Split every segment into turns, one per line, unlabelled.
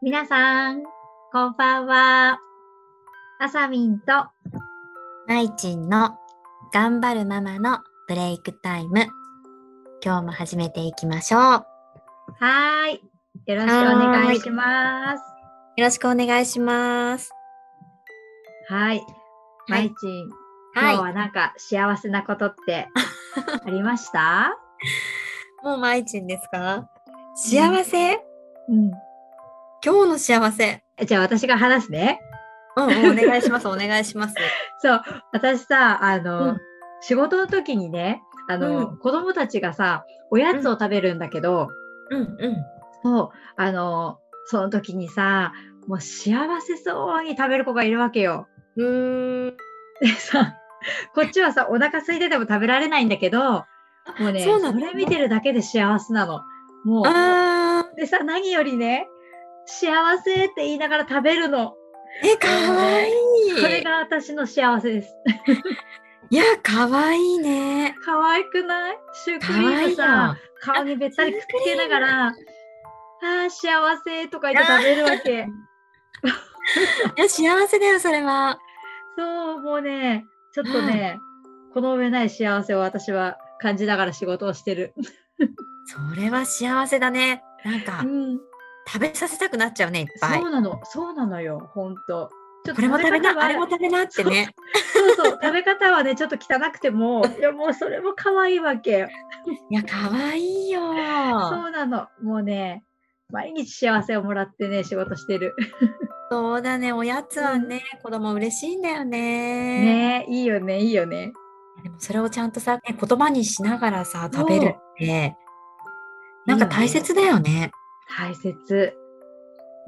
皆さん、こんばんは。あさみんと、
ないちんの頑張るママのブレイクタイム。今日も始めていきましょう。よ
はーい。よろしくお願いします。
ろしくお願いします。
はい。まいちん、今
はい。
日はなんか幸せなことって ありました
もうまいちんですか幸せ、
うん。
今日の幸せ。
えじゃあ私が話すね。
うん、うんお願いし ます、お願いします。
そう、私さ、あの、
うん
仕事の時にね、あの、
う
子供たちがさ、おやつを食べるんだけど、
うん、う
そう、あの、その時にさ、もう幸せそうに食べる子がいるわけよ。
ん。うーん。
でさ、こっちはさ、お腹空いてても食べられないんだけど、もうね、
そう
そ
なんだ
れ見てるだけで幸せなの。も
あ
う、でさ、何よりね、幸せって言いながら食べるの。
ー、え、かわいい。
それが私の幸せです。
いや、かわいいね。
可愛くないシューク
か
リ
わ
ー
い
ム
いな
さ、。顔にべったりくっつけながら、あー幸せとか言って食べるわけ。
いや、幸せだよ、それは。
そう、もうね、ちょっとね、この上ない幸せを私は感じながら仕事をしてる。
それは幸せだね。なんか
う、ん、
食べさせたくなっちゃうね、いっぱい。
そうなの、そうなのよ、ほんと。ちょっ
これも食べ な、
方は
あれも食べなってね。
そうそう、食べ方はね、ちょっと汚くて も、いやもうそれも可愛いわけ。
いや、かわいいよ。
そうなの、もうね、毎日幸せをもらってね、仕事してる。
そうだね、おやつはね、子供嬉しいんだよね。
ねいいよね、いいよね。
でもそれをちゃんとさ、ね言葉にしながらさ、食べるって、なんか大切だよね。
大切。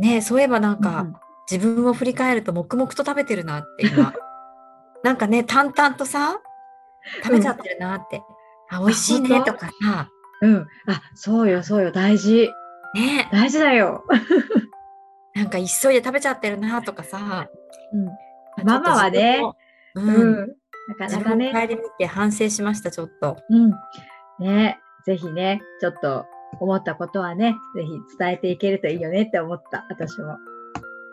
ねそういえばなん
う
か
ん、
自分を振り返ると黙々と食べてるなって 今。なんかね、淡々とさ、食べちゃってるなって。あ、美味しいね
本当
とかさ、
うん、あ、そうよ、そうよ、大事。
ね
大事だよ。
なんか急いで食べちゃってるなとかさ。
うん、
ちょっと
ママはね
自分を、う。
うんん、なか
自
なか
分
ね
を。帰り見て反省しました、ちょっと。
うん。ね、ぜひね、ちょっと思ったことはね、ぜひ伝えていけるといいよねって思った、私も。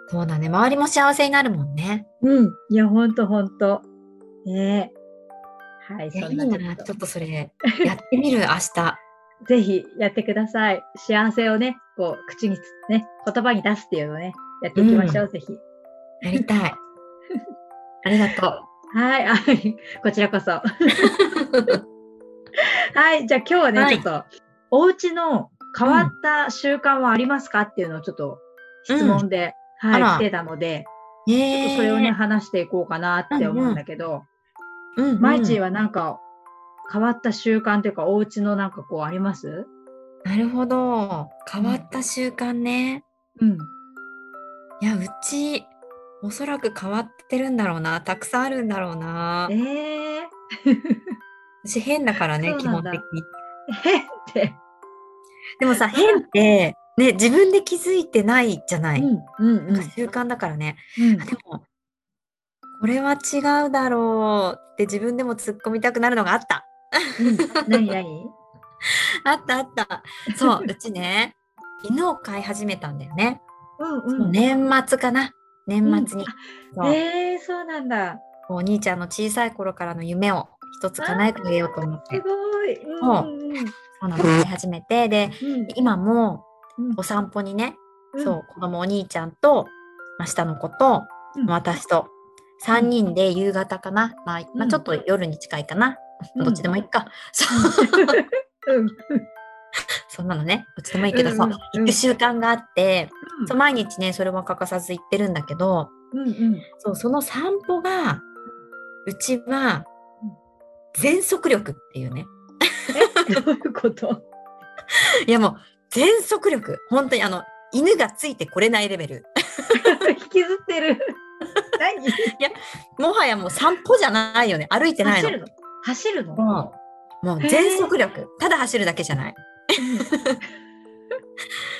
そうだね。周りも幸せになるもんね。
うん。いや、ほんとほんと。ねえ。はい、
いや
そ
いい
んな
な。
ち
ち
ょ
ょ
っ
っとそれ、やってみる、明日。
と、ぜひやってください。幸せをね、こう、口につ、ね、言葉に出すっていうのをね、やっていきましょう、ぜひ。
やりた い。ありがとう。
はい、はい、 こちらこそ。はい、じゃあ今日はね、
はい
ちょっと、お家の変わった習慣はありますかっていうのをちょっと質問で、
あら
はい、来てたので、ちょっとそれをね、話していこうかなって思うんだけど、
うんうん、
マイチーはなんか変わった習慣というか、お家のなんかこうあります
なるほど。変わった習慣ね。
うん。
いや、うち、おそらく変わってるんだろうな。たくさんあるんだろうな
え。ー、
うち変だからね、
そう
基
なん
本
だ
的に。
変って。
でもさ、変って、ね、自分で気づいてないじゃない。
うん、うん、うん
なんか習慣だからね。
うん
あでも、これは違うだろうって自分でも突っ込みたくなるのがあった。
うん。何何
あったあった。 そう、うちね、犬を飼い始めたんだよね。
うん、うん。
年末かな。年末に。そう
えー、そうなんだ。
お兄ちゃんの小さい頃からの夢を一つ叶えてあげようと思っ
す
て、
ごい。うん、
そう
うんうん。
そうなの飼い始めて、で、
うん
今も
うん
お散歩にね、
ん
そう、子供お兄ちゃんと、まあ下の子と、
うん
私と、3人で夕方かな。まあ、まあ、
うん
ちょっと夜に近いかな。
うん
どっちでもいいか。そう
うん。
そんなのね、どっちでもい いけどさ、
うんうんうん
行く習慣があって、そう
う
毎日ね、それは欠かさず行ってるんだけど、
んうん。
そうその散歩が、うちは、全速力っていうね。
え、どういうこと
いやもう、全速力。本当にあの、犬がついてこれないレベル。
引きずってる。何
もはやもう散歩じゃないよね。歩いてないの
走。るの走るの
もうもう全速力。ただ走るだけじゃない。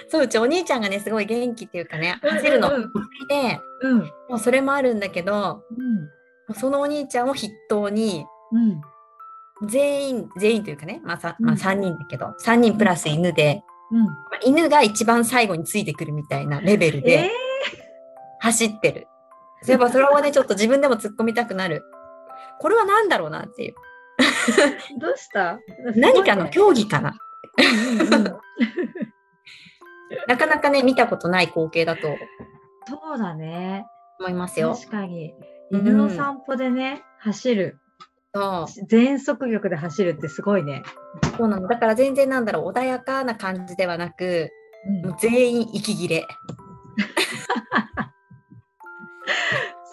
そう、うちお兄ちゃんがね、すごい元気っていうかね、走るの
う
得
ん
意で、
うん。うん。
もうそれもあるんだけど、もうそのお兄ちゃんを筆頭に、
うん。
全員、全員というかね、まあさ
うん
まあ、3人だけど、3人プラス犬で、
うん。
犬が一番最後についてくるみたいなレベル
え
で走ってる。そういえばそれはね、ちょっと自分でも突っ込みたくなる。これは何だろうなっていう。
ー、どうした
何かの
すご
競技かな。
いねうんうん
なかなかね、見たことない光景だと
そうだね。
思いますよ。
確かに。
うん
犬の散歩でね、走る。
そう
全速力で走るってすごいね。
そうなの。だから全然なんだろう、穏やかな感じではなく、
うん
もう全員息切れ。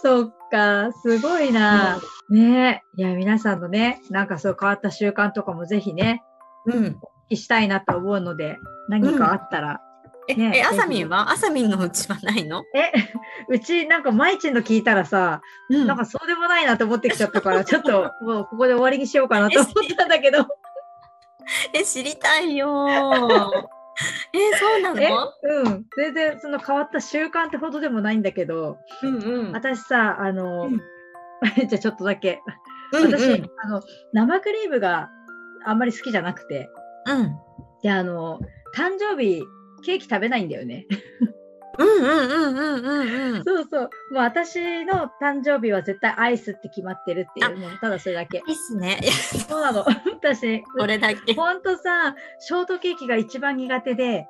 そっか、すごいな。ねえ。いや、皆さんのね、なんかそう変わった習慣とかもぜひね、
うん。
お聞きしたいなと思うので、何かあったら。
え、
ね
え
ぜ
あ
ひ
さみんはあさみんのうちはないの
え、うちなんか毎日の聞いたらさ、
うん
なんかそうでもないなと思ってきちゃったから、ちょっともうここで終わりにしようかなと思ったんだけど、
え、知りたいよ ー。え、そうな
え
の
うん、全然その変わった習慣ってほどでもないんだけど、
うんうん。
私さ、あの、
うん
じゃあちょっとだけ、
うん
私、
うん
あの、生クリームがあんまり好きじゃなくて、
うん。
で、あの、誕生日、ケーキ食べないんだよね。
うんうんうんうんうんうん。
そうそう。もう私の誕生日は絶対アイスって決まってるっていう、もうただそれだけ。
いいっすね。いや
そうなの。 私、
これ だけ。
ほんとさ、ショートケーキが一番苦手で、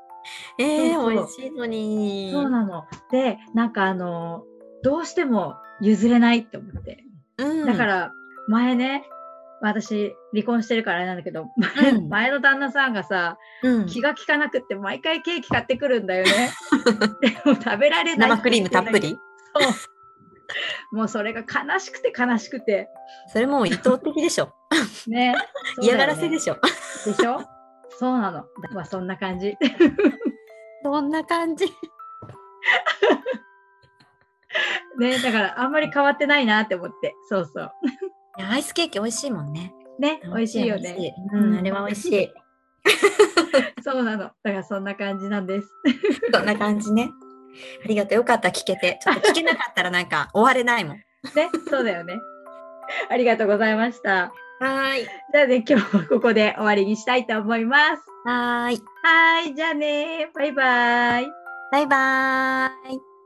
え
そうそう
ー、美味しいのに。
そうなの。で、なんかあの、どうしても譲れないって思って。
うん
だか、ら、前ね、私、離婚してるからあれなんだけど、
うん
前の旦那さんがさ、
うん
気が利かなくって毎回ケーキ買ってくるんだよ ね。でも食べられない。
生クリームたっぷ。り。
そう。もうそれが悲しくて悲しくて。
それもう意図的 でしょ。
ね。
嫌がらせで
し
しょ。
ょ。でしょそうなの。まあそんな感じ。
そんな感じ。
ね。だからあんまり変わってないなって思って。そうそう。
いやアイスケーキ美味しいもんね。
ね。美味しいよね
美味。しい。うん、あれは美味しい。
そうなの。だからそんな感じなんです。
そんな感じね。ありがとう。よかった。聞けて。ちょっと聞けなかったらなんか終われないもん。
ね。そうだよね。ありがとうございました。
はーい。
じゃあね、今日はここで終わりにしたいと思います。
はーい。
はい。じゃあね。バイバイ。
バイバーイ。